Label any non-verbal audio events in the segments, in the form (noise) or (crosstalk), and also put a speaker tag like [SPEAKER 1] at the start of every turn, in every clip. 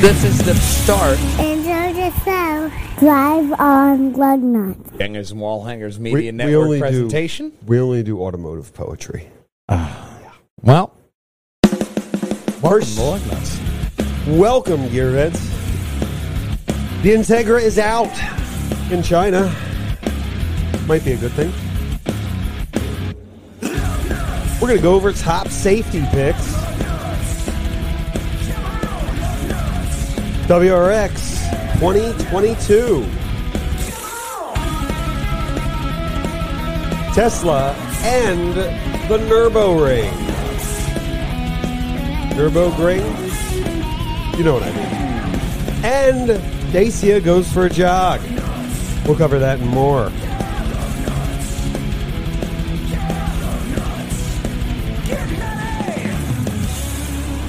[SPEAKER 1] This is the start.
[SPEAKER 2] Enjoy the show. Drive on Lug Nuts.
[SPEAKER 3] Gangers and Wallhangers
[SPEAKER 4] We-
[SPEAKER 3] Media
[SPEAKER 4] we
[SPEAKER 3] Network
[SPEAKER 4] only do-
[SPEAKER 3] presentation.
[SPEAKER 4] we only do automotive poetry.
[SPEAKER 3] Well,
[SPEAKER 4] Marsh, welcome, gearheads. The Integra is out in China. Might be a good thing. We're going to go over top safety picks. WRX 2022. Tesla and the Nurburgring. Nurburgring? You know what I mean. And Dacia goes for a jog. We'll cover that and more.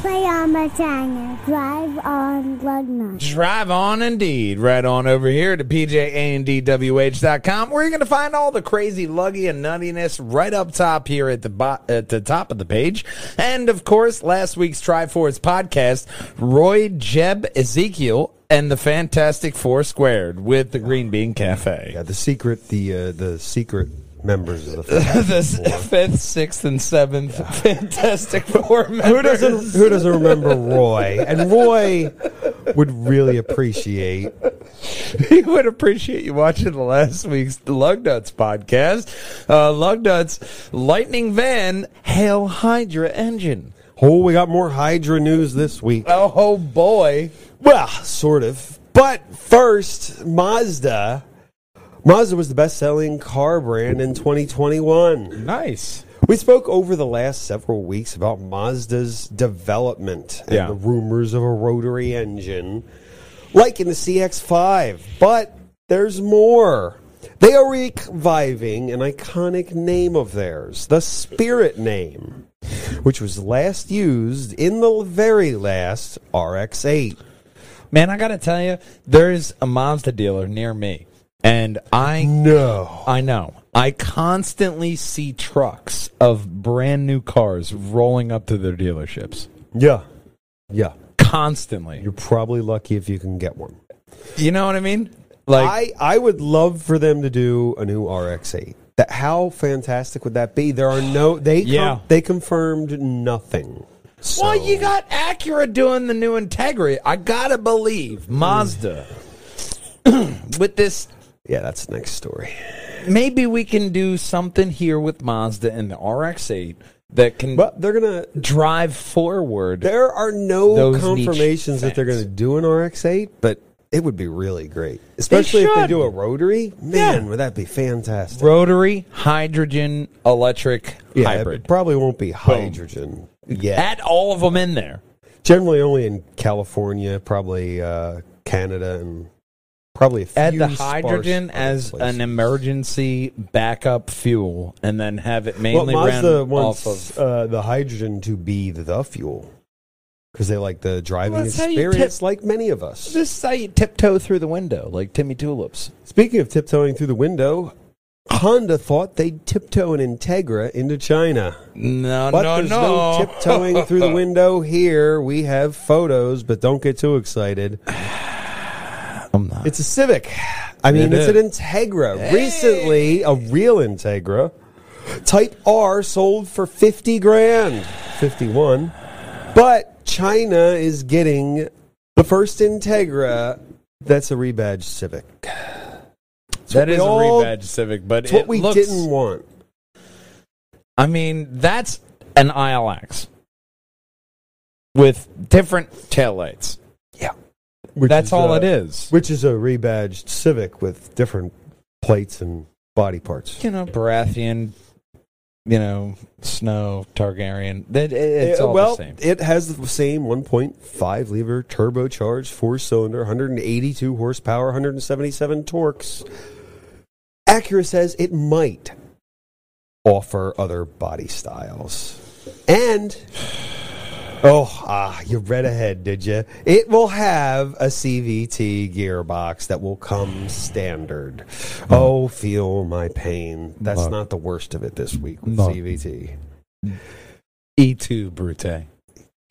[SPEAKER 2] Play on my channel. Drive on Lug Nuts.
[SPEAKER 3] drive on indeed. Right on over here to pjandwh.com where you're going to find all the crazy luggy and nuttiness right up top here at the bo- at the top of the page. And of course, last week's Triforce podcast, Roy Jeb Ezekiel and the Fantastic Four Squared with the Green Bean Cafe.
[SPEAKER 4] Yeah, the secret, the uh, the secret members of the
[SPEAKER 3] (laughs) the s- fifth, sixth, and seventh Fantastic Four members.
[SPEAKER 4] who doesn't who doesn't remember Roy? And Roy would really appreciate.
[SPEAKER 3] we would appreciate you watching the last week's Lug Nuts podcast. Uh, Lug Nuts Lightning Van Hail Hydra Engine.
[SPEAKER 4] Oh, we got more Hydra news this week.
[SPEAKER 3] Oh boy.
[SPEAKER 4] Well, sort of. But first, Mazda. Mazda was the best-selling car brand in 2021.
[SPEAKER 3] Nice.
[SPEAKER 4] We spoke over the last several weeks about Mazda's development and
[SPEAKER 3] Yeah.
[SPEAKER 4] the rumors of a rotary engine, like in the CX5. But there's more. They are reviving an iconic name of theirs, the Spirit name, which was last used in the very last RX8.
[SPEAKER 3] Man, I gotta tell you, there's a Mazda dealer near me. And I
[SPEAKER 4] No.
[SPEAKER 3] I know. I constantly see trucks of brand new cars rolling up to their dealerships.
[SPEAKER 4] Yeah. Yeah.
[SPEAKER 3] Constantly.
[SPEAKER 4] You're probably lucky if you can get one.
[SPEAKER 3] You know what I mean? Like
[SPEAKER 4] I, I would love for them to do a new RX8. That how fantastic would that be? There are no they com-
[SPEAKER 3] Yeah.
[SPEAKER 4] they confirmed nothing. So,
[SPEAKER 3] Well, you got Acura doing the new Integra. I gotta believe Mazda (clears throat) with this.
[SPEAKER 4] yeah, that's the next story.
[SPEAKER 3] Maybe we can do something here with Mazda and the RX-8 that can
[SPEAKER 4] But they're gonna.
[SPEAKER 3] drive forward.
[SPEAKER 4] There are no
[SPEAKER 3] Those niche
[SPEAKER 4] confirmations that they're
[SPEAKER 3] things.
[SPEAKER 4] gonna do an RX8, but it would be really great, especially if they
[SPEAKER 3] should.
[SPEAKER 4] do a rotary. Man,
[SPEAKER 3] Yeah.
[SPEAKER 4] would that be fantastic?
[SPEAKER 3] Rotary hydrogen electric
[SPEAKER 4] yeah, It
[SPEAKER 3] hybrid. Ah,
[SPEAKER 4] probably won't be hydrogen. Yeah,
[SPEAKER 3] Add all of them in there.
[SPEAKER 4] generally only in California, probably uh, Canada, and probably a few
[SPEAKER 3] Add the
[SPEAKER 4] sparse
[SPEAKER 3] hydrogen
[SPEAKER 4] other
[SPEAKER 3] as
[SPEAKER 4] places.
[SPEAKER 3] an emergency backup fuel, and then have it
[SPEAKER 4] Well,
[SPEAKER 3] mainly
[SPEAKER 4] Mazda
[SPEAKER 3] run
[SPEAKER 4] wants
[SPEAKER 3] off of.
[SPEAKER 4] uh, the hydrogen to be the fuel because they like the driving
[SPEAKER 3] Well, that's how you
[SPEAKER 4] experience,
[SPEAKER 3] tip-
[SPEAKER 4] like many of us.
[SPEAKER 3] This is how you tiptoe through the window like Timmy Tulips.
[SPEAKER 4] Speaking of tiptoeing through the window, Honda thought they'd tiptoe an Integra into China.
[SPEAKER 3] No,
[SPEAKER 4] But
[SPEAKER 3] no,
[SPEAKER 4] there's
[SPEAKER 3] no.
[SPEAKER 4] no. tiptoeing through
[SPEAKER 3] (laughs)
[SPEAKER 4] the window here. We have photos, but don't get too excited.
[SPEAKER 3] I'm not.
[SPEAKER 4] It's a Civic. I mean,
[SPEAKER 3] It
[SPEAKER 4] it's an Integra. Recently, a real Integra Type R sold for 50 grand, 51. But China is getting the first Integra that's a rebadged Civic. It's what
[SPEAKER 3] That
[SPEAKER 4] we
[SPEAKER 3] is a
[SPEAKER 4] all-
[SPEAKER 3] rebadged Civic, but
[SPEAKER 4] It's what
[SPEAKER 3] it
[SPEAKER 4] we
[SPEAKER 3] looks-
[SPEAKER 4] didn't want.
[SPEAKER 3] I mean, that's an ILX with different taillights.
[SPEAKER 4] Which
[SPEAKER 3] That's
[SPEAKER 4] is,
[SPEAKER 3] all
[SPEAKER 4] uh,
[SPEAKER 3] it is.
[SPEAKER 4] Which is a rebadged Civic with different plates and body parts.
[SPEAKER 3] You know, Baratheon, you know, Snow, Targaryen. That it, it's
[SPEAKER 4] Uh,
[SPEAKER 3] all
[SPEAKER 4] well,
[SPEAKER 3] the same.
[SPEAKER 4] it has the same 1.5 liter turbocharged four cylinder, 182 horsepower, 177 torques. Acura says it might offer other body styles. And, oh, ah, you read ahead, did you? It will have a CVT gearbox that will come standard. Oh, feel my pain. That's
[SPEAKER 3] Mm. Look.
[SPEAKER 4] not the worst of it this week with
[SPEAKER 3] Look.
[SPEAKER 4] CVT.
[SPEAKER 3] E2 E Brute.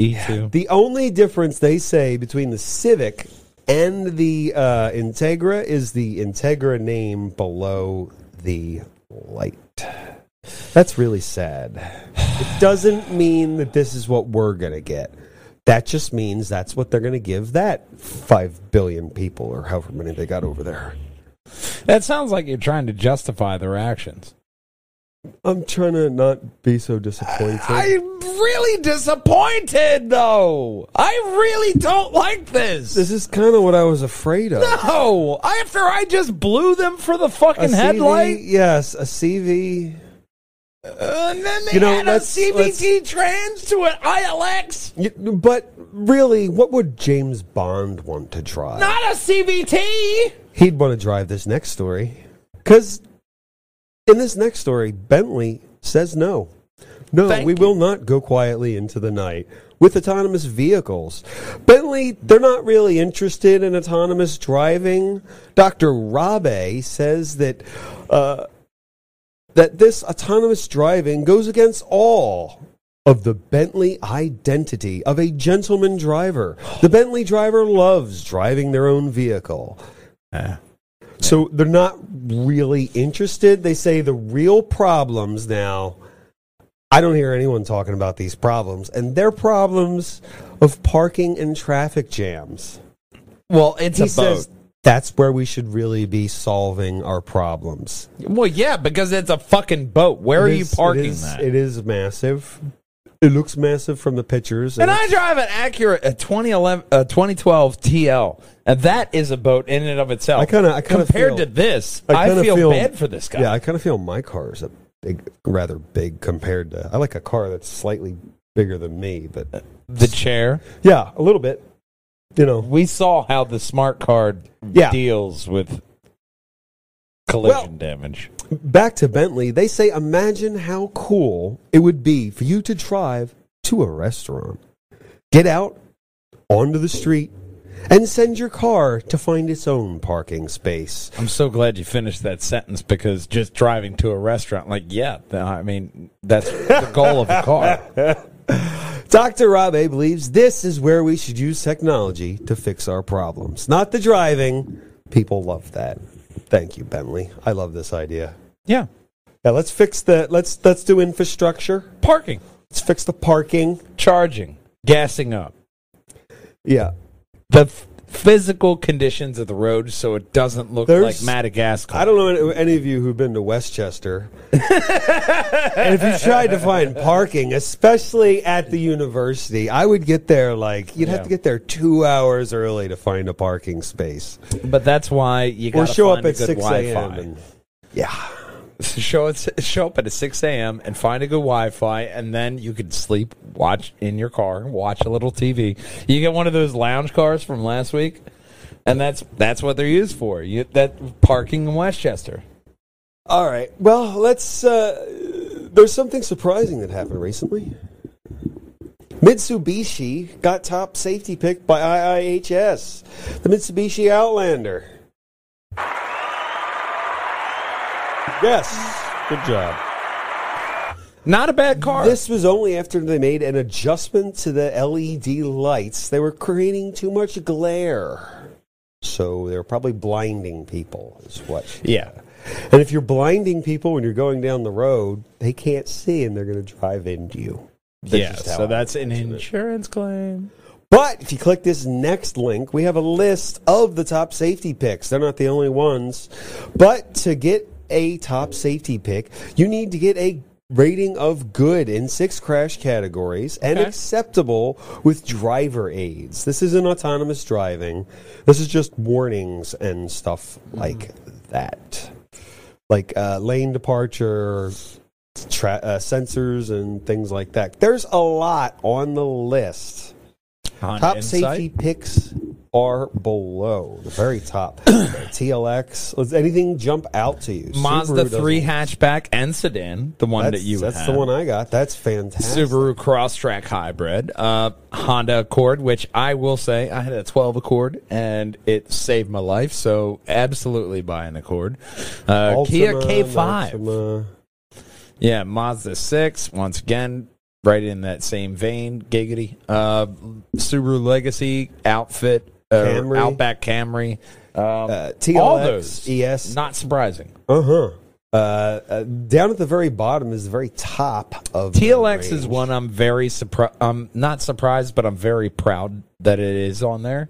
[SPEAKER 3] E2.
[SPEAKER 4] The only difference they say between the Civic and the uh, Integra is the Integra name below the light. That's really sad. It doesn't mean that this is what we're going to get. That just means that's what they're going to give that 5 billion people or however many they got over there.
[SPEAKER 3] That sounds like you're trying to justify their actions.
[SPEAKER 4] I'm trying to not be so disappointed.
[SPEAKER 3] I'm really disappointed, though. I really don't like this.
[SPEAKER 4] this is kind of what I was afraid of.
[SPEAKER 3] no, after I just blew them for the fucking
[SPEAKER 4] CV
[SPEAKER 3] headlight,
[SPEAKER 4] Yes, a CV.
[SPEAKER 3] uh, and then they
[SPEAKER 4] You know,
[SPEAKER 3] had a
[SPEAKER 4] let's-
[SPEAKER 3] CVT trans to an ILX,
[SPEAKER 4] Y- But really, what would James Bond want to drive?
[SPEAKER 3] not a CVT.
[SPEAKER 4] He'd want to drive this next story. Because in this next story, Bentley says no. No,
[SPEAKER 3] Thank
[SPEAKER 4] we
[SPEAKER 3] you.
[SPEAKER 4] will not go quietly into the night with autonomous vehicles. Bentley, they're not really interested in autonomous driving. Dr. Rabe says that uh, that this autonomous driving goes against all of the Bentley identity of a gentleman driver. The Bentley driver loves driving their own vehicle. So they're not really interested. They say the real problems now. I don't hear anyone talking about these problems, and they're problems of parking and traffic jams.
[SPEAKER 3] Well, it's
[SPEAKER 4] He says that's where we should really be solving our problems.
[SPEAKER 3] Well, yeah, because it's a fucking boat. Where are
[SPEAKER 4] It
[SPEAKER 3] you
[SPEAKER 4] is- it
[SPEAKER 3] parking
[SPEAKER 4] is-
[SPEAKER 3] that?
[SPEAKER 4] It is massive. It looks massive from the pictures.
[SPEAKER 3] and I
[SPEAKER 4] it's-
[SPEAKER 3] drive an Acura a 2011, uh, 2012 TL, and that is a boat in and of itself.
[SPEAKER 4] I kinda- I kinda
[SPEAKER 3] compared
[SPEAKER 4] feel-
[SPEAKER 3] to this,
[SPEAKER 4] I
[SPEAKER 3] I,
[SPEAKER 4] kinda
[SPEAKER 3] feel,
[SPEAKER 4] feel-
[SPEAKER 3] bad for this guy.
[SPEAKER 4] Yeah, I kind of feel my car is a big, rather big compared to. I like a car that's slightly bigger than me, but
[SPEAKER 3] the chair.
[SPEAKER 4] yeah, a little bit. You know,
[SPEAKER 3] We saw how the smart card
[SPEAKER 4] Yeah.
[SPEAKER 3] deals with collision
[SPEAKER 4] Well-
[SPEAKER 3] damage.
[SPEAKER 4] back to Bentley, they say, imagine how cool it would be for you to drive to a restaurant, get out onto the street, and send your car to find its own parking space.
[SPEAKER 3] I'm so glad you finished that sentence because just driving to a restaurant, like, yeah, th- I mean, that's the goal of a car.
[SPEAKER 4] Dr. Rabe believes this is where we should use technology to fix our problems, not the driving. People love that. Thank you, Bentley. I love this idea.
[SPEAKER 3] Yeah,
[SPEAKER 4] (laughs) Yeah, let's fix the let's let's do infrastructure.
[SPEAKER 3] parking,
[SPEAKER 4] Let's fix the parking.
[SPEAKER 3] charging, gassing up.
[SPEAKER 4] Yeah.
[SPEAKER 3] the f- physical conditions of the road so it doesn't look
[SPEAKER 4] There's-
[SPEAKER 3] like Madagascar.
[SPEAKER 4] I don't know any- any of you who've been to Westchester. (laughs) and if you tried to find parking, especially at the university, I would get there like you'd have
[SPEAKER 3] Yeah.
[SPEAKER 4] to get there two hours early to find a parking space,
[SPEAKER 3] but that's why you got
[SPEAKER 4] or
[SPEAKER 3] to
[SPEAKER 4] show
[SPEAKER 3] find
[SPEAKER 4] up at
[SPEAKER 3] a good
[SPEAKER 4] six a.m.
[SPEAKER 3] Wi-Fi.
[SPEAKER 4] and- Yeah,
[SPEAKER 3] (laughs) Show it, show up at a six a.m. and find a good Wi-Fi, and then you could sleep, watch in your car, watch a little TV. You get one of those lounge cars from last week, and that's that's what they're used for. You that parking in Westchester.
[SPEAKER 4] All right. Well, let's. Uh, there's something surprising that happened recently. Mitsubishi got top safety pick by IIHS. The Mitsubishi Outlander. Yes. Good job.
[SPEAKER 3] Not a bad car.
[SPEAKER 4] This was only after they made an adjustment to the LED lights. They were creating too much glare. So they were probably blinding people, is what
[SPEAKER 3] yeah,
[SPEAKER 4] and if you're blinding people when you're going down the road, they can't see and they're going to drive into you. That's
[SPEAKER 3] yeah.
[SPEAKER 4] just how
[SPEAKER 3] So
[SPEAKER 4] I
[SPEAKER 3] that's an
[SPEAKER 4] imagine it.
[SPEAKER 3] insurance claim.
[SPEAKER 4] But if you click this next link, we have a list of the top safety picks. They're not the only ones. But to get a top safety pick, you need to get a rating of good in six crash categories and
[SPEAKER 3] Okay.
[SPEAKER 4] acceptable with driver aids. This isn't autonomous driving. This is just warnings and stuff like that. Like uh, lane departure, tra- uh, sensors, and things like that. There's a lot on the list.
[SPEAKER 3] On
[SPEAKER 4] Top
[SPEAKER 3] Insight?
[SPEAKER 4] safety picks are below the
[SPEAKER 3] (coughs)
[SPEAKER 4] very top. TLX. Does anything jump out to you?
[SPEAKER 3] Mazda
[SPEAKER 4] Subaru doesn't.
[SPEAKER 3] three hatchback and sedan, the one
[SPEAKER 4] That's,
[SPEAKER 3] that you
[SPEAKER 4] that's
[SPEAKER 3] have.
[SPEAKER 4] the one I got. That's fantastic.
[SPEAKER 3] Subaru Crosstrack Hybrid, uh, Honda Accord, which I will say I had a 12 Accord and it saved my life, so absolutely buy an Accord. Uh, Kia
[SPEAKER 4] Altima, uh,
[SPEAKER 3] K5,
[SPEAKER 4] Maxima.
[SPEAKER 3] yeah, Mazda 6, once again, right in that same vein, giggity. Uh, Subaru Legacy outfit, uh,
[SPEAKER 4] Camry.
[SPEAKER 3] Outback Camry,
[SPEAKER 4] Uh, TLX,
[SPEAKER 3] all those.
[SPEAKER 4] ES.
[SPEAKER 3] Not surprising.
[SPEAKER 4] Uh-huh. Uh Uh Down at the very bottom is the very top of the
[SPEAKER 3] TLX is
[SPEAKER 4] range.
[SPEAKER 3] one I'm very surprised. I'm not surprised, but I'm very proud that it is on there.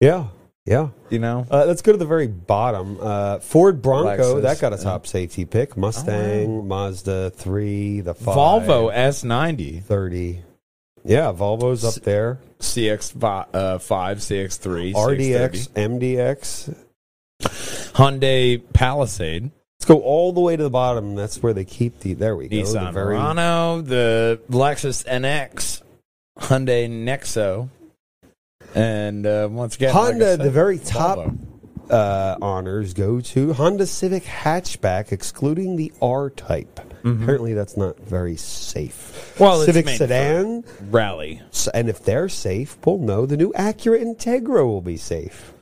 [SPEAKER 4] Yeah, yeah.
[SPEAKER 3] You know,
[SPEAKER 4] Uh, let's go to the very bottom. Uh, Ford Bronco
[SPEAKER 3] Lexus,
[SPEAKER 4] that got a top safety
[SPEAKER 3] Oh,
[SPEAKER 4] pick. Mustang, Mazda three, the 5,
[SPEAKER 3] Volvo S90,
[SPEAKER 4] thirty. Yeah, Volvo's up there.
[SPEAKER 3] CX5, uh, five, CX3,
[SPEAKER 4] RDX,
[SPEAKER 3] 630.
[SPEAKER 4] MDX.
[SPEAKER 3] Hyundai Palisade.
[SPEAKER 4] Let's go all the way to the bottom. That's where they keep the. There we go.
[SPEAKER 3] Nissan
[SPEAKER 4] the very,
[SPEAKER 3] Murano, the Lexus NX, Hyundai Nexo, and uh, once again, like I
[SPEAKER 4] Honda,
[SPEAKER 3] said,
[SPEAKER 4] the very top
[SPEAKER 3] Volvo.
[SPEAKER 4] uh, honors go to Honda Civic hatchback, excluding the R type. Apparently, that's not very safe.
[SPEAKER 3] Mm-hmm. Well, it's
[SPEAKER 4] Civic
[SPEAKER 3] made
[SPEAKER 4] sedan,
[SPEAKER 3] rally.
[SPEAKER 4] s- and if they're safe, we'll know the new Acura Integra will be safe.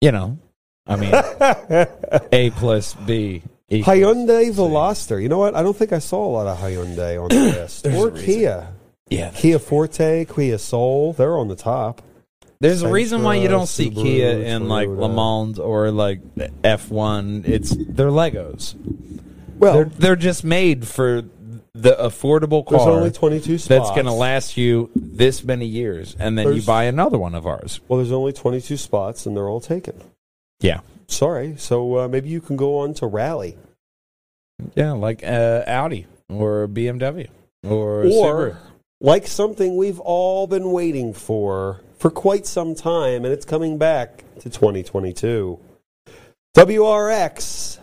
[SPEAKER 3] You know, I
[SPEAKER 4] (laughs)
[SPEAKER 3] mean, A plus B. equals
[SPEAKER 4] Hyundai
[SPEAKER 3] C.
[SPEAKER 4] Veloster. You know what? I don't think I saw a lot of Hyundai on
[SPEAKER 3] (coughs)
[SPEAKER 4] the list.
[SPEAKER 3] There's
[SPEAKER 4] or
[SPEAKER 3] a reason.
[SPEAKER 4] Kia.
[SPEAKER 3] Yeah,
[SPEAKER 4] Kia Forte, Kia Soul. They're on the top.
[SPEAKER 3] There's a reason why you
[SPEAKER 4] Sentra,
[SPEAKER 3] don't see Kia
[SPEAKER 4] Subaru,
[SPEAKER 3] in like Le
[SPEAKER 4] Toyota.
[SPEAKER 3] Mans or like F1. It's they're Legos.
[SPEAKER 4] Well,
[SPEAKER 3] They're they're just made for the affordable car.
[SPEAKER 4] there's only 22 spots.
[SPEAKER 3] that's going to last you this many years, and then you
[SPEAKER 4] There's-
[SPEAKER 3] buy another one of ours.
[SPEAKER 4] Well, there's only 22 spots, and they're all taken.
[SPEAKER 3] Yeah,
[SPEAKER 4] Sorry. So uh, maybe you can go on to Rally.
[SPEAKER 3] yeah, like uh, Audi or BMW or,
[SPEAKER 4] or
[SPEAKER 3] Subaru.
[SPEAKER 4] like something we've all been waiting for for quite some time, and it's coming back to 2022. WRX,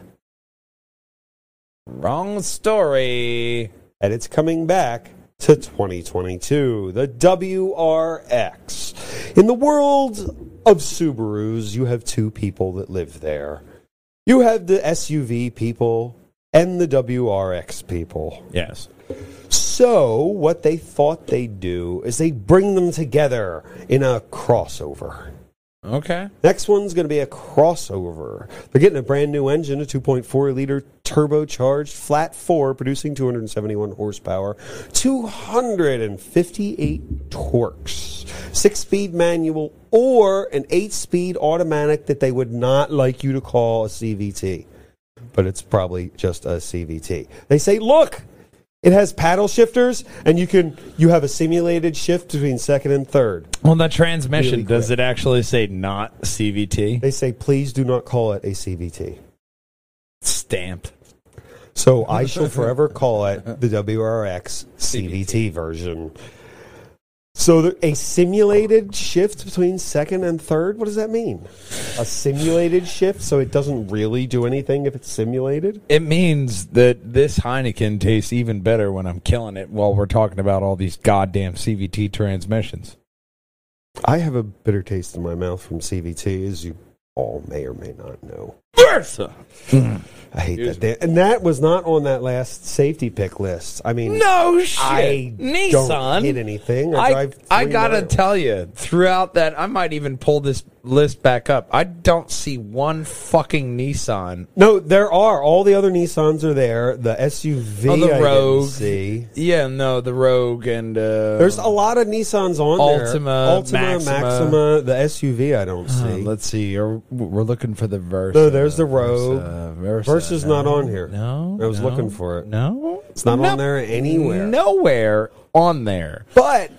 [SPEAKER 3] Wrong story.
[SPEAKER 4] and it's coming back to 2022. The WRX. In the world of Subarus, you have two people that live there. You have the SUV people and the WRX people.
[SPEAKER 3] Yes.
[SPEAKER 4] So, what they thought they'd do is they bring them together in a crossover.
[SPEAKER 3] Okay.
[SPEAKER 4] Next one's going to be a crossover. They're getting a brand new engine, a 2.4 liter turbocharged flat four, producing 271 horsepower, 258 torques, six speed manual, or an eight speed automatic that they would not like you to call a CVT. But it's probably just a CVT. They say, look, it has paddle shifters, and you can you have a simulated shift between second and third.
[SPEAKER 3] On the transmission,
[SPEAKER 4] Really
[SPEAKER 3] does
[SPEAKER 4] quick.
[SPEAKER 3] it actually say not CVT
[SPEAKER 4] They say, please do not call it a CVT.
[SPEAKER 3] stamped?
[SPEAKER 4] So I shall forever call it the WRX CVT version. So there, a simulated shift between second and third. What does that mean? A simulated shift, so it doesn't really do anything if it's simulated.
[SPEAKER 3] It means that this Heineken tastes even better when I'm killing it while we're talking about all these goddamn CVT transmissions.
[SPEAKER 4] I have a bitter taste in my mouth from CVT, as you all may or may not know.
[SPEAKER 3] Versa.
[SPEAKER 4] I hate that. da- and that was not on that last safety pick list. I mean,
[SPEAKER 3] No shit.
[SPEAKER 4] I don't hit
[SPEAKER 3] Nissan.
[SPEAKER 4] anything. I,
[SPEAKER 3] I,
[SPEAKER 4] drive
[SPEAKER 3] I
[SPEAKER 4] three
[SPEAKER 3] gotta
[SPEAKER 4] miles.
[SPEAKER 3] tell you, throughout that, I might even pull this list back up. I don't see one fucking Nissan.
[SPEAKER 4] No, there are. All the other Nissans are there. The SUV,
[SPEAKER 3] Oh, the
[SPEAKER 4] I didn't
[SPEAKER 3] Rogue.
[SPEAKER 4] see.
[SPEAKER 3] Yeah, no, the Rogue and uh,
[SPEAKER 4] There's a lot of Nissans on
[SPEAKER 3] Altima,
[SPEAKER 4] there.
[SPEAKER 3] Maxima.
[SPEAKER 4] Maxima. The SUV, I
[SPEAKER 3] Uh,
[SPEAKER 4] don't see.
[SPEAKER 3] let's see. Or we're looking for the verse.
[SPEAKER 4] No, there's the Rogue. Versa's not on here.
[SPEAKER 3] No,
[SPEAKER 4] I was
[SPEAKER 3] no,
[SPEAKER 4] looking for it.
[SPEAKER 3] No, it's
[SPEAKER 4] not on there anywhere.
[SPEAKER 3] Nowhere on there.
[SPEAKER 4] But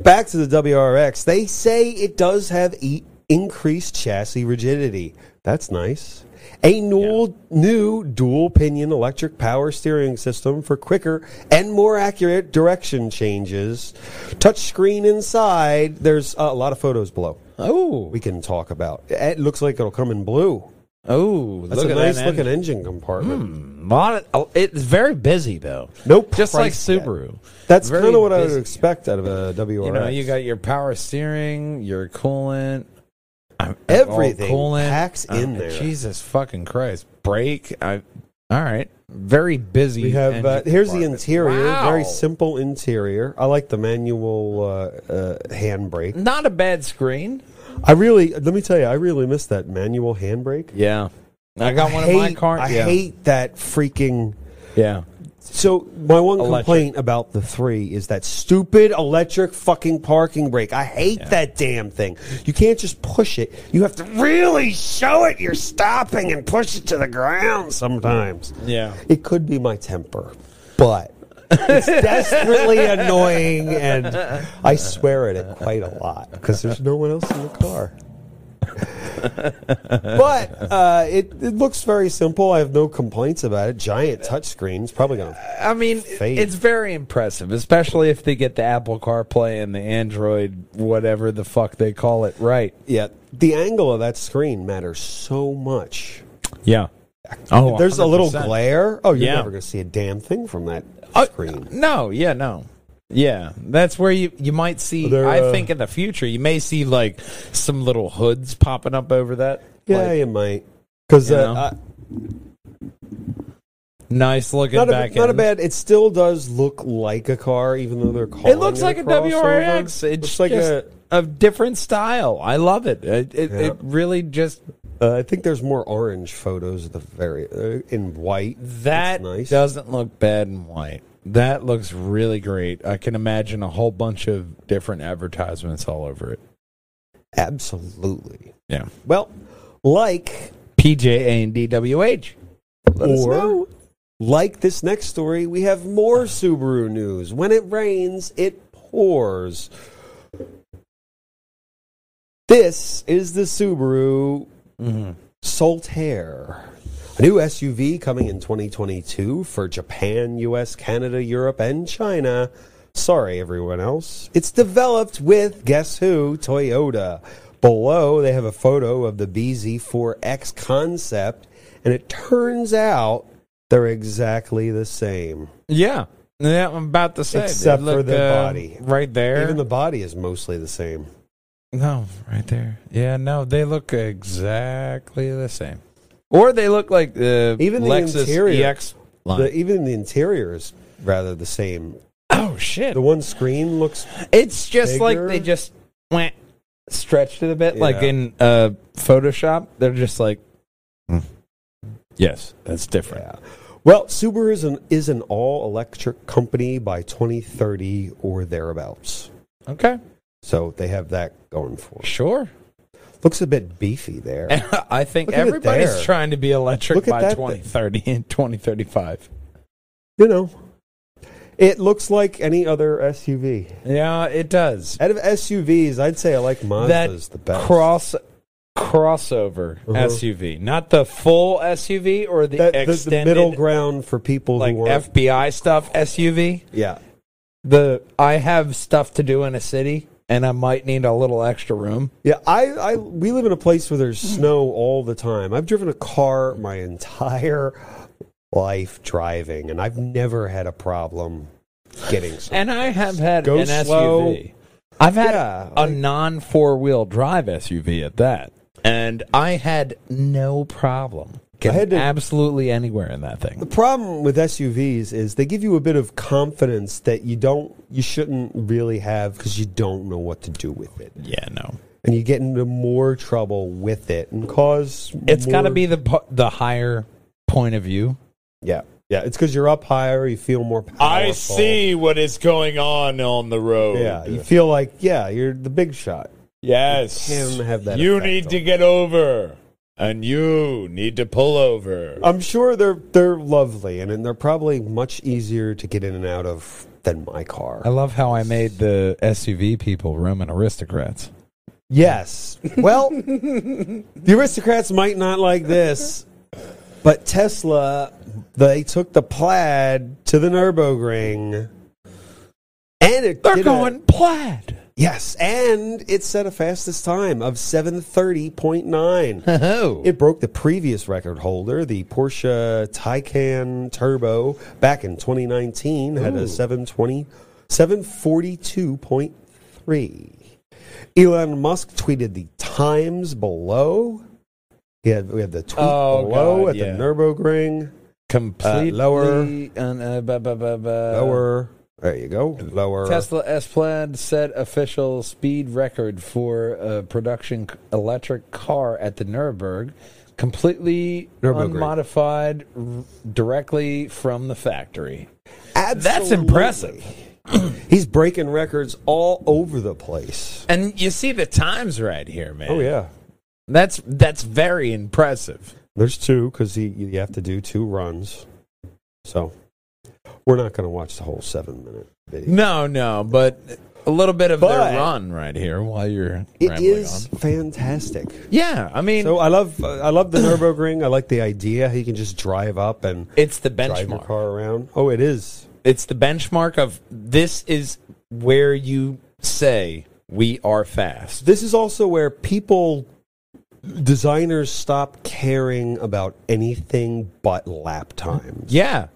[SPEAKER 4] back to the WRX. They say it does have e- increased chassis rigidity. That's nice. A new, new dual pinion electric power steering system for quicker and more accurate direction changes. Touchscreen inside. There's uh, a lot of photos below
[SPEAKER 3] Oh,
[SPEAKER 4] we can talk about. It looks like it'll come in blue.
[SPEAKER 3] oh,
[SPEAKER 4] That's
[SPEAKER 3] look
[SPEAKER 4] a
[SPEAKER 3] at
[SPEAKER 4] nice
[SPEAKER 3] that Hmm.
[SPEAKER 4] looking
[SPEAKER 3] engine.
[SPEAKER 4] engine compartment.
[SPEAKER 3] Lot of- oh, it's very busy though.
[SPEAKER 4] No price
[SPEAKER 3] just like
[SPEAKER 4] yet.
[SPEAKER 3] Subaru.
[SPEAKER 4] That's
[SPEAKER 3] Very
[SPEAKER 4] kind of what I would
[SPEAKER 3] busy.
[SPEAKER 4] expect out of a WRX.
[SPEAKER 3] You know, you got your power steering, your coolant, I'm- all Uh,
[SPEAKER 4] Everything packs in there.
[SPEAKER 3] Jesus fucking Christ! Brake. I, all right, very busy.
[SPEAKER 4] We have
[SPEAKER 3] engine
[SPEAKER 4] uh, here's the
[SPEAKER 3] compartment.
[SPEAKER 4] interior, very
[SPEAKER 3] Wow.
[SPEAKER 4] simple interior. I like the manual uh, uh, handbrake.
[SPEAKER 3] Not a bad screen.
[SPEAKER 4] I really, let me tell you, I really miss that manual handbrake.
[SPEAKER 3] Yeah, I got one of my cars.
[SPEAKER 4] I
[SPEAKER 3] yeah.
[SPEAKER 4] hate that freaking
[SPEAKER 3] Yeah.
[SPEAKER 4] So my one
[SPEAKER 3] Electric.
[SPEAKER 4] complaint about the three is that stupid electric fucking parking brake. I hate that damn thing. You can't just push it. You have to really show it you're stopping and push it to the ground sometimes.
[SPEAKER 3] Yeah.
[SPEAKER 4] It could be my temper, but it's
[SPEAKER 3] (laughs)
[SPEAKER 4] desperately annoying and I swear at it quite a lot because there's no one else in the car. but uh, it, it looks very simple. I have no complaints about it. Giant touchscreen. It's probably going to
[SPEAKER 3] I mean,
[SPEAKER 4] Fade.
[SPEAKER 3] it's very impressive, especially if they get the Apple CarPlay and the Android, whatever the fuck they call it, right.
[SPEAKER 4] Yeah, the angle of that screen matters so much.
[SPEAKER 3] Yeah. Oh,
[SPEAKER 4] If there's a little
[SPEAKER 3] 100%.
[SPEAKER 4] glare. Oh, you're
[SPEAKER 3] Yeah.
[SPEAKER 4] never going to see a damn thing from that
[SPEAKER 3] Oh,
[SPEAKER 4] screen.
[SPEAKER 3] No, yeah, no. Yeah, that's where you you might see.
[SPEAKER 4] They're,
[SPEAKER 3] I
[SPEAKER 4] uh,
[SPEAKER 3] think in the future you may see like some little hoods popping up over that.
[SPEAKER 4] Yeah,
[SPEAKER 3] Like,
[SPEAKER 4] you might. Because
[SPEAKER 3] You
[SPEAKER 4] uh,
[SPEAKER 3] know,
[SPEAKER 4] uh,
[SPEAKER 3] nice looking
[SPEAKER 4] not, a,
[SPEAKER 3] back
[SPEAKER 4] not a
[SPEAKER 3] end.
[SPEAKER 4] bad. It still does look like a car, even though they're calling
[SPEAKER 3] It looks like a WRX.
[SPEAKER 4] crossover.
[SPEAKER 3] It's
[SPEAKER 4] looks like a.
[SPEAKER 3] a, different style. I love it. It it,
[SPEAKER 4] Yeah.
[SPEAKER 3] it really just
[SPEAKER 4] Uh, I think there's more orange photos of the very uh, in white.
[SPEAKER 3] that
[SPEAKER 4] It's nice.
[SPEAKER 3] doesn't look bad in white. That looks really great. I can imagine a whole bunch of different advertisements all over it.
[SPEAKER 4] Absolutely.
[SPEAKER 3] Yeah.
[SPEAKER 4] Well, like
[SPEAKER 3] PJA and DWH. Let us know.
[SPEAKER 4] or like this next story, we have more Subaru news. When it rains, it pours. This is the Subaru Soltaire, a new SUV coming in 2022 for Japan, US, Canada, Europe, and China. Sorry, everyone else. It's developed with, guess who? Toyota. Below, they have a photo of the BZ4X concept, and it turns out they're exactly the same.
[SPEAKER 3] Yeah. Yeah, I'm about to say. they uh,
[SPEAKER 4] Except for the body.
[SPEAKER 3] Right there.
[SPEAKER 4] Even the body is mostly the same.
[SPEAKER 3] no, right there. Yeah, no, they look exactly the same. Or they look like the
[SPEAKER 4] Even the
[SPEAKER 3] Lexus
[SPEAKER 4] interior.
[SPEAKER 3] EX line.
[SPEAKER 4] The, E- even the interior is rather the same.
[SPEAKER 3] oh, shit.
[SPEAKER 4] The one screen looks
[SPEAKER 3] It's just like
[SPEAKER 4] bigger.
[SPEAKER 3] they just went stretched it a bit, like
[SPEAKER 4] Yeah.
[SPEAKER 3] in uh, Photoshop. They're just like,
[SPEAKER 4] Hmm.
[SPEAKER 3] yes, that's different.
[SPEAKER 4] Yeah. Well, Subaru is an, is an all electric company by 2030 or thereabouts.
[SPEAKER 3] Okay,
[SPEAKER 4] So they have that going for it.
[SPEAKER 3] sure. (laughs)
[SPEAKER 4] Looks a bit beefy there.
[SPEAKER 3] I think
[SPEAKER 4] Look at it
[SPEAKER 3] everybody's
[SPEAKER 4] there.
[SPEAKER 3] trying to be electric
[SPEAKER 4] Look at
[SPEAKER 3] by
[SPEAKER 4] that thi-
[SPEAKER 3] 2030 and 2035.
[SPEAKER 4] you know, it looks like any other SUV.
[SPEAKER 3] Yeah, it does.
[SPEAKER 4] Out of SUVs, I'd say I like Mazda's the best. Uh-huh.
[SPEAKER 3] cross crossover SUV, not the full SUV or the
[SPEAKER 4] That- the- the,
[SPEAKER 3] extended
[SPEAKER 4] middle ground for people
[SPEAKER 3] like
[SPEAKER 4] who aren't.
[SPEAKER 3] FBI stuff SUV.
[SPEAKER 4] yeah.
[SPEAKER 3] The I have stuff to do in a city, and I might need a little extra room.
[SPEAKER 4] Yeah, I, I we live in a place where there's snow all the time. I've driven a car my entire life driving, and I've never had a problem getting snow.
[SPEAKER 3] And I have had
[SPEAKER 4] Go
[SPEAKER 3] an
[SPEAKER 4] slow.
[SPEAKER 3] SUV. I've had
[SPEAKER 4] Yeah,
[SPEAKER 3] a
[SPEAKER 4] like-
[SPEAKER 3] non four wheel drive SUV at that, and I had no problem getting
[SPEAKER 4] had to-
[SPEAKER 3] absolutely anywhere in that
[SPEAKER 4] The
[SPEAKER 3] thing.
[SPEAKER 4] problem with SUVs is they give you a bit of confidence that you don't, you shouldn't really have because you don't know what to do with it,
[SPEAKER 3] Yeah, no.
[SPEAKER 4] and you get into more trouble with it and cause.
[SPEAKER 3] It's got to
[SPEAKER 4] more-
[SPEAKER 3] be the po- the higher point of view.
[SPEAKER 4] yeah, yeah. It's because you're up higher, you feel more. Powerful.
[SPEAKER 3] what is going on on the road.
[SPEAKER 4] Yeah, you feel like yeah, you're the big shot.
[SPEAKER 3] Yes.
[SPEAKER 4] It can have that You effect need to on-
[SPEAKER 3] get over. And you need to pull over.
[SPEAKER 4] I'm sure they're they're lovely, and, and they're probably much easier to get in and out of than my
[SPEAKER 3] I
[SPEAKER 4] car.
[SPEAKER 3] love how I made the SUV people Roman aristocrats.
[SPEAKER 4] Yes. Well, the aristocrats might not like this, but Tesla they took the plaid to the Nürburgring, and it
[SPEAKER 3] They're
[SPEAKER 4] did a-
[SPEAKER 3] going plaid.
[SPEAKER 4] yes, and it set a fastest time of seven thirty point nine.
[SPEAKER 3] (laughs) Oh.
[SPEAKER 4] It broke the previous record holder, the Porsche Taycan Turbo, back in 2019, had a 720, 742.3. Elon Musk tweeted the times below. He had, we had the tweet
[SPEAKER 3] Oh,
[SPEAKER 4] below
[SPEAKER 3] God,
[SPEAKER 4] at
[SPEAKER 3] yeah.
[SPEAKER 4] the Nürburgring.
[SPEAKER 3] completely
[SPEAKER 4] Uh, lower.
[SPEAKER 3] un- uh, ba- ba- ba- ba-
[SPEAKER 4] Lower.
[SPEAKER 3] Uh,
[SPEAKER 4] There you go. Lower.
[SPEAKER 3] Tesla S Plaid set uh, official speed record for a production c- electric car at the Nuremberg, completely
[SPEAKER 4] Nurburgring.
[SPEAKER 3] unmodified r- directly from the factory.
[SPEAKER 4] Absolutely.
[SPEAKER 3] impressive.
[SPEAKER 4] He's breaking records all over the place.
[SPEAKER 3] And you see the times right here, man.
[SPEAKER 4] Oh yeah,
[SPEAKER 3] That's that's very impressive.
[SPEAKER 4] there's two because he you have to do two runs. So we're not going to watch the whole seven minute video.
[SPEAKER 3] No, no, but a little bit of
[SPEAKER 4] But-
[SPEAKER 3] their run right here while you're
[SPEAKER 4] It
[SPEAKER 3] rambling
[SPEAKER 4] is
[SPEAKER 3] on.
[SPEAKER 4] fantastic.
[SPEAKER 3] Yeah, I mean
[SPEAKER 4] So I love I love the Nurburgring. I like the idea he can just drive up and
[SPEAKER 3] it's the
[SPEAKER 4] drive your
[SPEAKER 3] benchmark.
[SPEAKER 4] car around. Oh, it is.
[SPEAKER 3] It's the benchmark of this is where you say we are fast.
[SPEAKER 4] This is also where people designers stop caring about anything but lap times.
[SPEAKER 3] Yeah.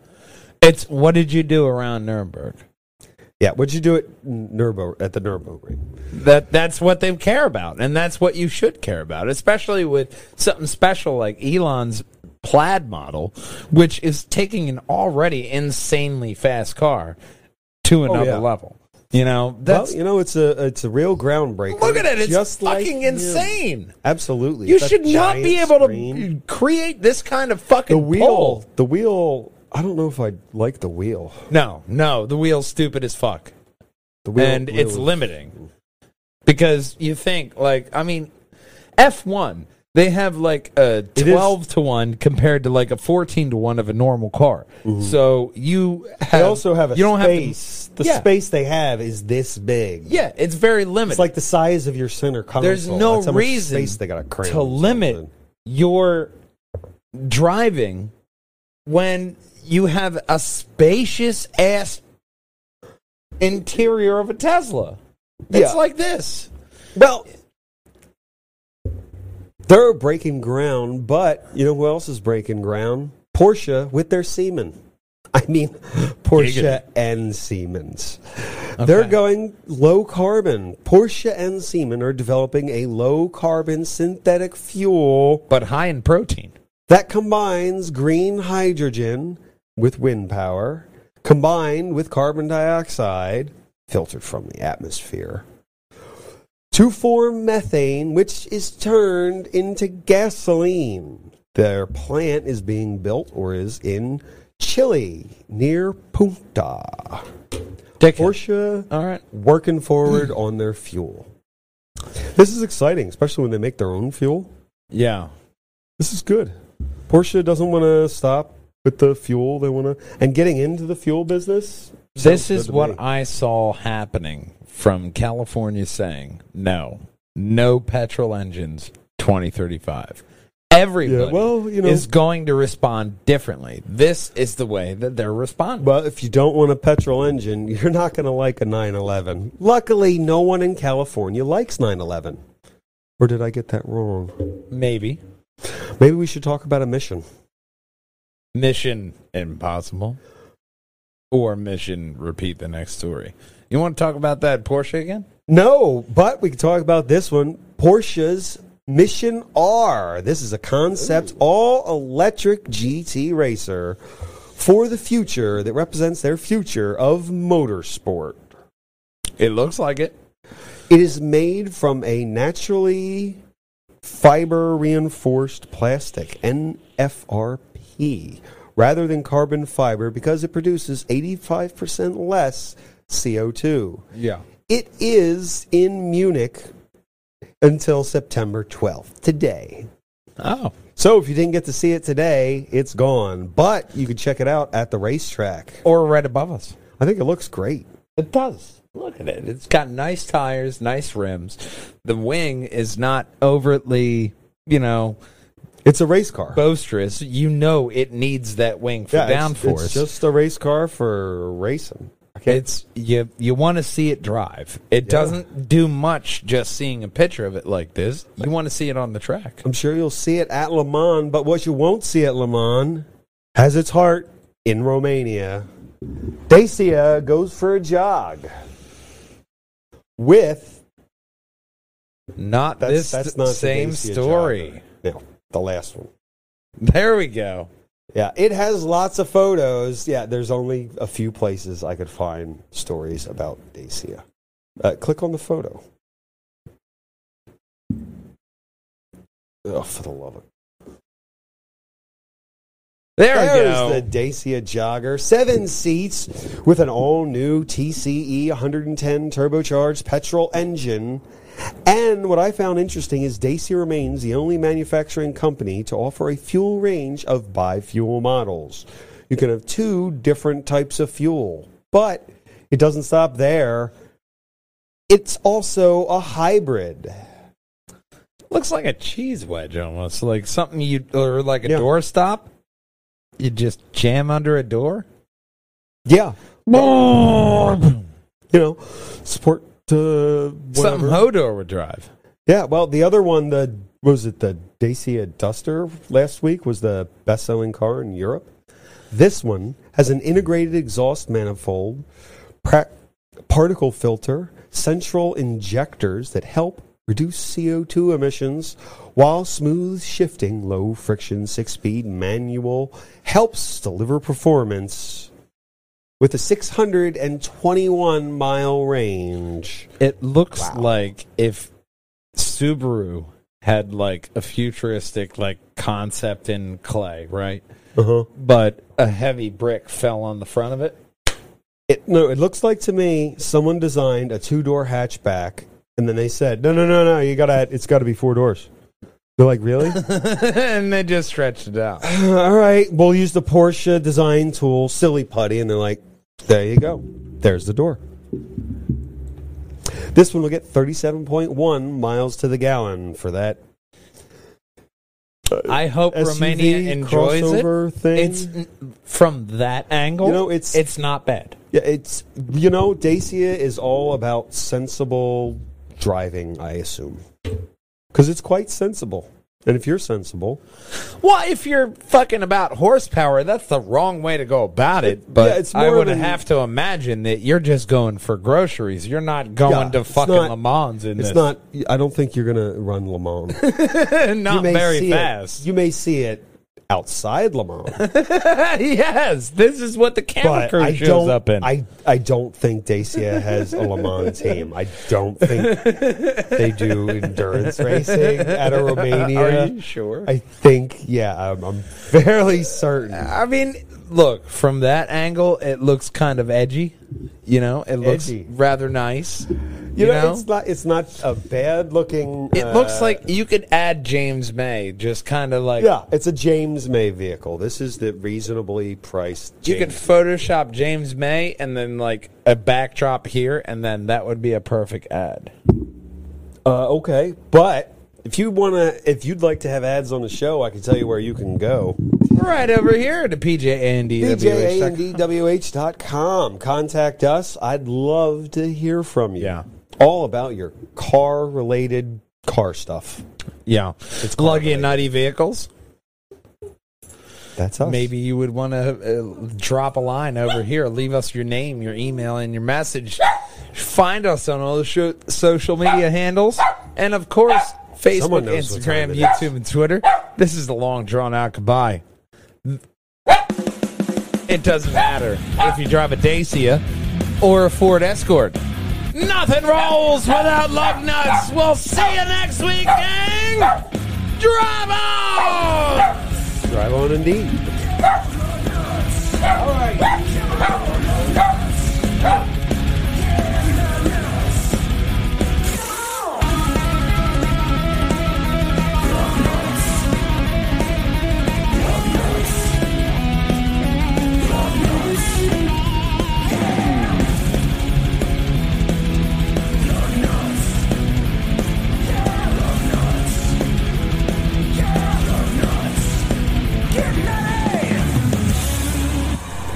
[SPEAKER 3] It's what did you do around Nuremberg?
[SPEAKER 4] Yeah, what'd you do at Nurbo at the Nurburgring?
[SPEAKER 3] That that's what they care about, and that's what you should care about, especially with something special like Elon's plaid model, which is taking an already insanely fast car to another
[SPEAKER 4] Oh, yeah.
[SPEAKER 3] level. You know, that's
[SPEAKER 4] Well, you know, it's a it's a real groundbreaker.
[SPEAKER 3] look at it, it's
[SPEAKER 4] Just like
[SPEAKER 3] fucking
[SPEAKER 4] him.
[SPEAKER 3] insane.
[SPEAKER 4] Absolutely,
[SPEAKER 3] You
[SPEAKER 4] It's that
[SPEAKER 3] should not be
[SPEAKER 4] giant
[SPEAKER 3] able
[SPEAKER 4] screen.
[SPEAKER 3] to create this kind of fucking
[SPEAKER 4] the wheel.
[SPEAKER 3] pole.
[SPEAKER 4] The wheel. I don't know if I like the wheel.
[SPEAKER 3] No, no, the wheel's stupid as fuck.
[SPEAKER 4] The wheel
[SPEAKER 3] and
[SPEAKER 4] wheel
[SPEAKER 3] it's
[SPEAKER 4] is-
[SPEAKER 3] limiting because you think like I mean, F one they have like a
[SPEAKER 4] is-
[SPEAKER 3] twelve to one compared to like a fourteen to one of a normal car. So you have,
[SPEAKER 4] Mm-hmm. They also have a
[SPEAKER 3] you don't
[SPEAKER 4] space.
[SPEAKER 3] Have to,
[SPEAKER 4] the
[SPEAKER 3] yeah,
[SPEAKER 4] space they have is this big.
[SPEAKER 3] Yeah, it's very limited.
[SPEAKER 4] It's like the size of your center console.
[SPEAKER 3] there's no
[SPEAKER 4] That's how much
[SPEAKER 3] reason
[SPEAKER 4] space they got to cram
[SPEAKER 3] to limit
[SPEAKER 4] something.
[SPEAKER 3] your driving when you have a spacious ass interior of a Tesla. It's
[SPEAKER 4] Yeah.
[SPEAKER 3] like this.
[SPEAKER 4] Well, they're breaking ground, but you know who else is breaking ground? Porsche with their Siemens. I mean, (laughs) Porsche and Siemens. They're
[SPEAKER 3] Okay.
[SPEAKER 4] going low carbon. Porsche and Siemens are developing a low carbon synthetic fuel
[SPEAKER 3] but high in protein.
[SPEAKER 4] that combines green hydrogen with wind power, combined with carbon dioxide filtered from the atmosphere, to form methane, which is turned into gasoline. Their plant is being built or is in Chile near Punta.
[SPEAKER 3] Dick.
[SPEAKER 4] Porsche
[SPEAKER 3] All right.
[SPEAKER 4] working forward on their fuel. This is exciting, especially when they make their own fuel.
[SPEAKER 3] Yeah.
[SPEAKER 4] This is good. Porsche doesn't want to stop with the fuel. They want to and getting into the fuel business.
[SPEAKER 3] This
[SPEAKER 4] sounds good
[SPEAKER 3] is
[SPEAKER 4] to
[SPEAKER 3] what
[SPEAKER 4] me.
[SPEAKER 3] I saw happening from California saying no, no petrol engines 2035. Everybody
[SPEAKER 4] Yeah, well, you know-
[SPEAKER 3] is going to respond differently. This is the way that they're responding.
[SPEAKER 4] Well, if you don't want a petrol engine, (laughs) you're not going to like a 911. Luckily, no one in California likes 911. Or did I get that wrong?
[SPEAKER 3] Maybe.
[SPEAKER 4] Maybe we should talk about a mission.
[SPEAKER 3] Mission Impossible or Mission Repeat the Next Story. You want to talk about that Porsche again?
[SPEAKER 4] No, but we can talk about this one. Porsche's Mission R. This is a concept all electric GT racer for the future that represents their future of motorsport.
[SPEAKER 3] It looks like it.
[SPEAKER 4] It is made from a naturally fiber reinforced plastic, NFRP, rather than carbon fiber because it produces 85% less CO2.
[SPEAKER 3] Yeah.
[SPEAKER 4] It is in Munich until September 12th, today.
[SPEAKER 3] Oh.
[SPEAKER 4] So if you didn't get to see it today, it's gone. But you can check it out at the racetrack.
[SPEAKER 3] Or right above us.
[SPEAKER 4] I think it looks great.
[SPEAKER 3] It does. Look at it. It's got nice tires, nice rims. The wing is not overtly, you know,
[SPEAKER 4] It's a race car.
[SPEAKER 3] boisterous. You know it needs that wing for
[SPEAKER 4] it's-
[SPEAKER 3] downforce.
[SPEAKER 4] It's
[SPEAKER 3] It's,
[SPEAKER 4] just a race car for racing. Okay.
[SPEAKER 3] you you want to see it drive. It doesn't do much just seeing a picture of it like this. You want to see it on the track.
[SPEAKER 4] I'm sure you'll see it at Le Mans, but what you won't see at Le Mans has its heart in Romania. Dacia goes for a jog with
[SPEAKER 3] Not
[SPEAKER 4] that's,
[SPEAKER 3] this
[SPEAKER 4] that's
[SPEAKER 3] th-
[SPEAKER 4] not the
[SPEAKER 3] same
[SPEAKER 4] Dacia
[SPEAKER 3] story.
[SPEAKER 4] jog. No, the last one.
[SPEAKER 3] There we go.
[SPEAKER 4] Yeah, it has lots of photos. Yeah, there's only a few places I could find stories about Dacia. Uh, click on the photo. Oh, for the love of
[SPEAKER 3] There we
[SPEAKER 4] There's
[SPEAKER 3] go.
[SPEAKER 4] the Dacia Jogger, seven seats with an all-new E, TCE 110 turbocharged petrol engine. And what I found interesting is Dacia remains the only manufacturing company to offer a fuel range of bi-fuel models. You can have two different types of fuel, but it doesn't stop there. It's also a hybrid.
[SPEAKER 3] Looks like a cheese wedge almost, like something you or like a
[SPEAKER 4] Yeah.
[SPEAKER 3] door stop. You just jam under a door.
[SPEAKER 4] Yeah,
[SPEAKER 3] Something
[SPEAKER 4] you know, support uh, whatever.
[SPEAKER 3] Hodor would drive.
[SPEAKER 4] Yeah, well, the other one, the was it the Dacia Duster last week was the best-selling car in Europe. This one has an integrated exhaust manifold, pra- particle filter, central injectors that help reduce CO2 emissions, while smooth shifting, low friction six-speed manual helps deliver performance with a 621 mile range.
[SPEAKER 3] It looks like if Subaru had like a futuristic like concept in clay, right?
[SPEAKER 4] Uh-huh.
[SPEAKER 3] But a heavy brick fell on the front of it. (laughs)
[SPEAKER 4] It, no, it looks like to me someone designed a two door hatchback, and then they said, "No, no, no, no, you gotta, it's got to be four doors." They're like, "Really?
[SPEAKER 3] and they just stretched it out.
[SPEAKER 4] All right, we'll use the Porsche design tool, silly putty," and they're like, "There you go, there's the door." This one will get thirty-seven point one miles to the gallon for that
[SPEAKER 3] Uh, I hope
[SPEAKER 4] SUV
[SPEAKER 3] Romania enjoys
[SPEAKER 4] crossover
[SPEAKER 3] it.
[SPEAKER 4] thing.
[SPEAKER 3] It's from that angle.
[SPEAKER 4] You know, it's-
[SPEAKER 3] it's not bad.
[SPEAKER 4] Yeah, it's you know, Dacia is all about sensible driving, I assume, because it's quite sensible. And if you're sensible,
[SPEAKER 3] Well, if you're fucking about horsepower, that's the wrong way to go about it. But
[SPEAKER 4] yeah, it's
[SPEAKER 3] I
[SPEAKER 4] more
[SPEAKER 3] would
[SPEAKER 4] than-
[SPEAKER 3] have to imagine that you're just going for groceries. You're not going
[SPEAKER 4] Yeah,
[SPEAKER 3] to
[SPEAKER 4] it's
[SPEAKER 3] fucking
[SPEAKER 4] not-
[SPEAKER 3] Le Mans in
[SPEAKER 4] it's
[SPEAKER 3] this. (laughs)
[SPEAKER 4] not. I don't think you're gonna run Le Mans.
[SPEAKER 3] not very
[SPEAKER 4] see
[SPEAKER 3] fast.
[SPEAKER 4] It, you may see it outside Le Mans,
[SPEAKER 3] (laughs) yes, this is what the camera
[SPEAKER 4] but
[SPEAKER 3] crew
[SPEAKER 4] I
[SPEAKER 3] shows
[SPEAKER 4] don't.
[SPEAKER 3] up in.
[SPEAKER 4] I I don't think Dacia has a Le Mans team. I don't think they
[SPEAKER 3] (laughs)
[SPEAKER 4] do endurance racing at a Romania.
[SPEAKER 3] Are you sure?
[SPEAKER 4] I think, yeah, I'm, I'm fairly certain.
[SPEAKER 3] I mean, look from that angle, it looks kind of edgy. You know, it looks
[SPEAKER 4] Edgy.
[SPEAKER 3] rather nice. You,
[SPEAKER 4] You know,
[SPEAKER 3] know,
[SPEAKER 4] it's not it's not a bad looking. uh,
[SPEAKER 3] it looks like you could add James May, just kind of like
[SPEAKER 4] yeah, it's a James May vehicle. This is the reasonably priced.
[SPEAKER 3] You could
[SPEAKER 4] James-
[SPEAKER 3] Photoshop James May and then like a backdrop here, and then that would be a perfect ad.
[SPEAKER 4] uh, okay, but if you wanna, if you'd like to have ads on the show, I can tell you where you can go.
[SPEAKER 3] Right over here to PJANDWH.
[SPEAKER 4] DJANDWH.com. Contact us. I'd love to hear from you.
[SPEAKER 3] Yeah.
[SPEAKER 4] all about your car related car stuff.
[SPEAKER 3] Yeah. It's Luggy and Nutty Vehicles.
[SPEAKER 4] That's us.
[SPEAKER 3] Maybe you would want to uh, drop a line over here. Leave us your name, your email, and your message. Find us on all the sho- social media handles. And of course, Facebook,
[SPEAKER 4] Someone knows what time
[SPEAKER 3] Instagram,
[SPEAKER 4] it
[SPEAKER 3] YouTube, and Twitter. This is the long drawn out goodbye. It doesn't matter if you drive a Dacia or a Ford Escort. Nothing rolls without lug nuts. We'll see you next week, gang. Drive on!
[SPEAKER 4] drive on indeed.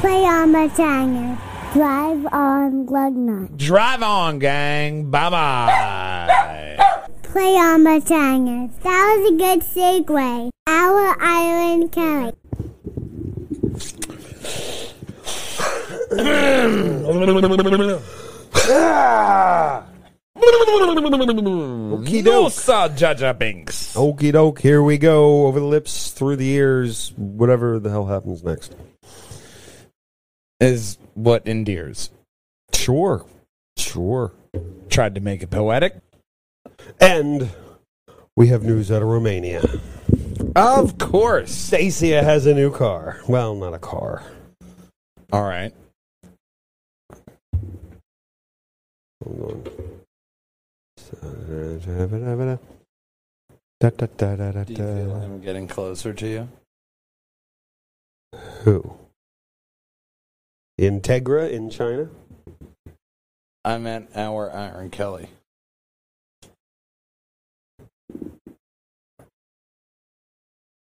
[SPEAKER 2] Play on Britannia. Drive on Lugnut.
[SPEAKER 3] Drive on, gang. Bye bye.
[SPEAKER 2] Play on Britannia. That was a good segue. Our Island Kelly.
[SPEAKER 3] (laughs) Okie Oh. no, sir, Jaja Binks.
[SPEAKER 4] Okie doke, here we go. Over the lips, through the ears, whatever the hell happens next.
[SPEAKER 3] Is what endears.
[SPEAKER 4] Sure. Sure.
[SPEAKER 3] Tried to make it poetic.
[SPEAKER 4] And we have news out of Romania.
[SPEAKER 3] Of course.
[SPEAKER 4] Dacia has a new car. Well, not a car.
[SPEAKER 3] All right.
[SPEAKER 4] Hold on. Da, da, da, da, da,
[SPEAKER 3] Do you feel
[SPEAKER 4] da.
[SPEAKER 3] him getting closer to you?
[SPEAKER 4] Who? Integra in China?
[SPEAKER 3] I meant our Iron Kelly.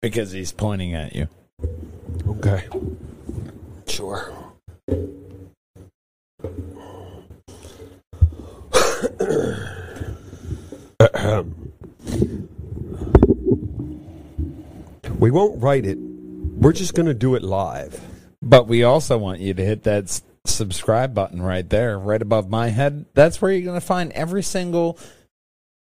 [SPEAKER 3] Because he's pointing at you.
[SPEAKER 4] Okay. Sure. Ahem. we won't write it. We're just going to do it live.
[SPEAKER 3] But we also want you to hit that s- subscribe button right there, right above my head. That's where you're going to find every single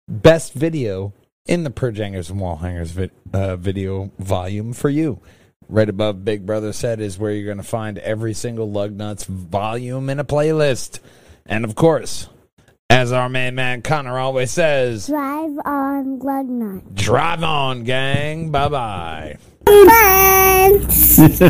[SPEAKER 3] best video in the Purge Hangers and Wall Hangers vid- uh, video volume for you. Right above Big Brother Said is where you're going to find every single Lug Nuts volume in a playlist. And of course, as our main man Connor always says,
[SPEAKER 2] Drive on Glugnut.
[SPEAKER 3] drive on, gang. Bye bye.
[SPEAKER 2] Bye.